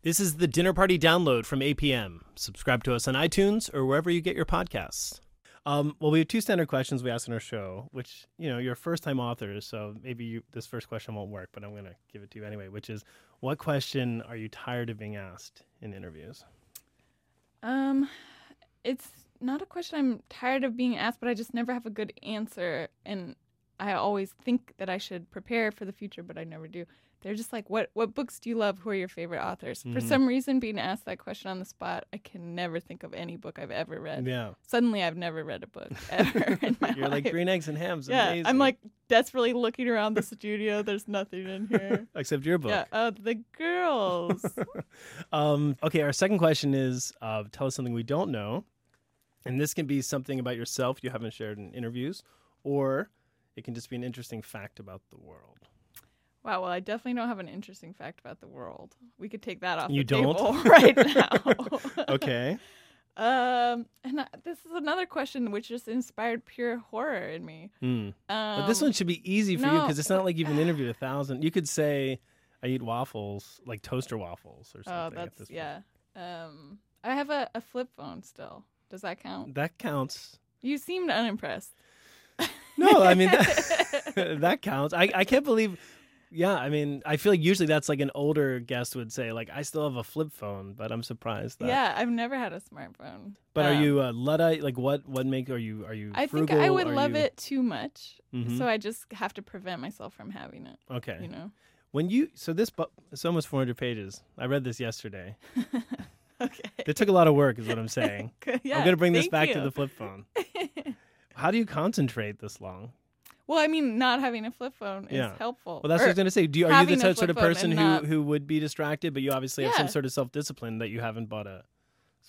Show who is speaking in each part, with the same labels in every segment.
Speaker 1: This is the Dinner Party Download from APM. Subscribe to us on iTunes or wherever you get your podcasts. Um, well, we have two standard questions we ask on our show, which, you know, you're a first time author, so maybe you, this first question won't work, but I'm going to give it to you anyway, which is what question are you tired of being asked in interviews?
Speaker 2: Um, it's not a question I'm tired of being asked, but I just never have a good answer. And I always think that I should prepare for the future, but I never do. They're just like, what what books do you love? Who are your favorite authors? For
Speaker 1: Mhm.
Speaker 2: some reason, being asked that question on the spot, I can never think of any book I've ever read.
Speaker 1: Yeah.
Speaker 2: Suddenly, I've never read a book ever in Uh, my
Speaker 1: You're like
Speaker 2: life.
Speaker 1: green eggs and hams.
Speaker 2: yeah,
Speaker 1: amazing.
Speaker 2: I'm like desperately looking around the studio. There's nothing in here.
Speaker 1: except your book.
Speaker 2: Yeah, oh, the girls.
Speaker 1: um, okay, our second question is uh, tell us something we don't know. And this can be something about yourself you haven't shared in interviews, or it can just be an interesting fact about the world.
Speaker 2: Wow, well, I definitely don't have an interesting fact about the world. We could take that off
Speaker 1: You
Speaker 2: the
Speaker 1: don't?
Speaker 2: table right now.
Speaker 1: Okay.
Speaker 2: Um, and I, this is another question which just inspired pure horror in me.
Speaker 1: Hmm.
Speaker 2: Um,
Speaker 1: But this one should be easy for you
Speaker 2: no,
Speaker 1: because it's not like you've been interviewed a thousand. You could say, I eat waffles, like toaster waffles or something.
Speaker 2: Oh,
Speaker 1: at this point.
Speaker 2: that's yeah. Um, I have a, a flip phone still. Does that count?
Speaker 1: That counts.
Speaker 2: You seemed unimpressed.
Speaker 1: No, I mean, that, that counts. I, I can't believe. Yeah, I mean, I feel like usually that's like an older guest would say, like, I still have a flip phone, but I'm surprised that.
Speaker 2: Yeah, I've never had a smartphone.
Speaker 1: But
Speaker 2: Um,
Speaker 1: are you a Luddite? Like, what what make are you are you?
Speaker 2: I think
Speaker 1: frugal?
Speaker 2: I would
Speaker 1: Are
Speaker 2: love
Speaker 1: you-
Speaker 2: it too much,
Speaker 1: Mhm.
Speaker 2: so I just have to prevent myself from having it.
Speaker 1: Okay.
Speaker 2: You know.
Speaker 1: When you so this bu- it's almost 400 pages. I read this yesterday.
Speaker 2: Okay.
Speaker 1: It took a lot of work, is what I'm saying.
Speaker 2: Good, yeah,
Speaker 1: I'm gonna bring this
Speaker 2: thank
Speaker 1: back to
Speaker 2: you.
Speaker 1: the flip phone. How do you concentrate this long?
Speaker 2: Well, I mean, not having a flip phone is
Speaker 1: Yeah.
Speaker 2: helpful.
Speaker 1: Well, that's
Speaker 2: Or-
Speaker 1: what I was gonna say. Do you, are you
Speaker 2: Er, having
Speaker 1: the
Speaker 2: a
Speaker 1: type- sort
Speaker 2: flip
Speaker 1: of
Speaker 2: phone
Speaker 1: person
Speaker 2: and
Speaker 1: who
Speaker 2: not-
Speaker 1: who would be distracted, but you obviously have some
Speaker 2: Yeah.
Speaker 1: sort of self discipline that you haven't bought a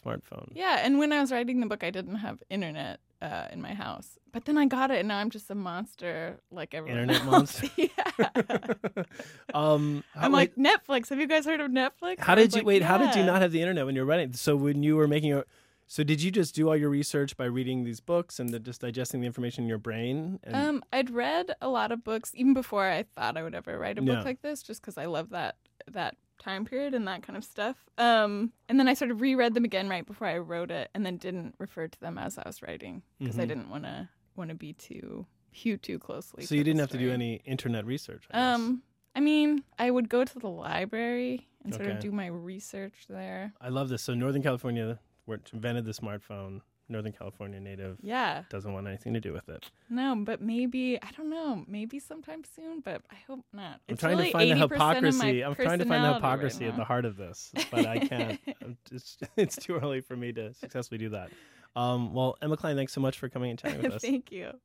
Speaker 1: smartphone?
Speaker 2: Yeah, and when I was writing the book, I didn't have internet uh, in my house, but then I got it, and now I'm just a monster like everyone.
Speaker 1: Internet
Speaker 2: else.
Speaker 1: monster.
Speaker 2: yeah.
Speaker 1: um, how,
Speaker 2: I'm like Netflix. Have you guys heard of Netflix?
Speaker 1: how
Speaker 2: And I was
Speaker 1: did you
Speaker 2: like,
Speaker 1: wait? How did you
Speaker 2: "Yeah."
Speaker 1: not have the internet when you were writing? So when you were making your so did you just do all your research by reading these books and the, just digesting the information in your brain? And,
Speaker 2: Um, I'd read a lot of books even before I thought I would ever write a
Speaker 1: Yeah.
Speaker 2: book like this, just because I love that that time period and that kind of stuff. Um, and then I sort of reread them again right before I wrote it, and then didn't refer to them as I was writing because I
Speaker 1: Mhm.
Speaker 2: didn't want to want to be too hew too closely.
Speaker 1: so you
Speaker 2: to the
Speaker 1: didn't have to do
Speaker 2: story.
Speaker 1: any internet research. I guess.
Speaker 2: Um, I mean, I would go to the library and sort
Speaker 1: Okay.
Speaker 2: of do my research there.
Speaker 1: I love this. So Northern California where it invented the smartphone. Northern California native
Speaker 2: Yeah,
Speaker 1: doesn't want anything to do with it.
Speaker 2: no, but maybe I don't know. Maybe sometime soon, but I hope not.
Speaker 1: I'm
Speaker 2: It's
Speaker 1: trying
Speaker 2: really
Speaker 1: to find the
Speaker 2: 80% of my
Speaker 1: hypocrisy. I'm trying to find the
Speaker 2: personality right
Speaker 1: hypocrisy at
Speaker 2: now.
Speaker 1: the heart of this, but I can't. I'm just, it's too early for me to successfully do that. Um, well, Emma Klein, thanks so much for coming and chatting with us.
Speaker 2: Thank you.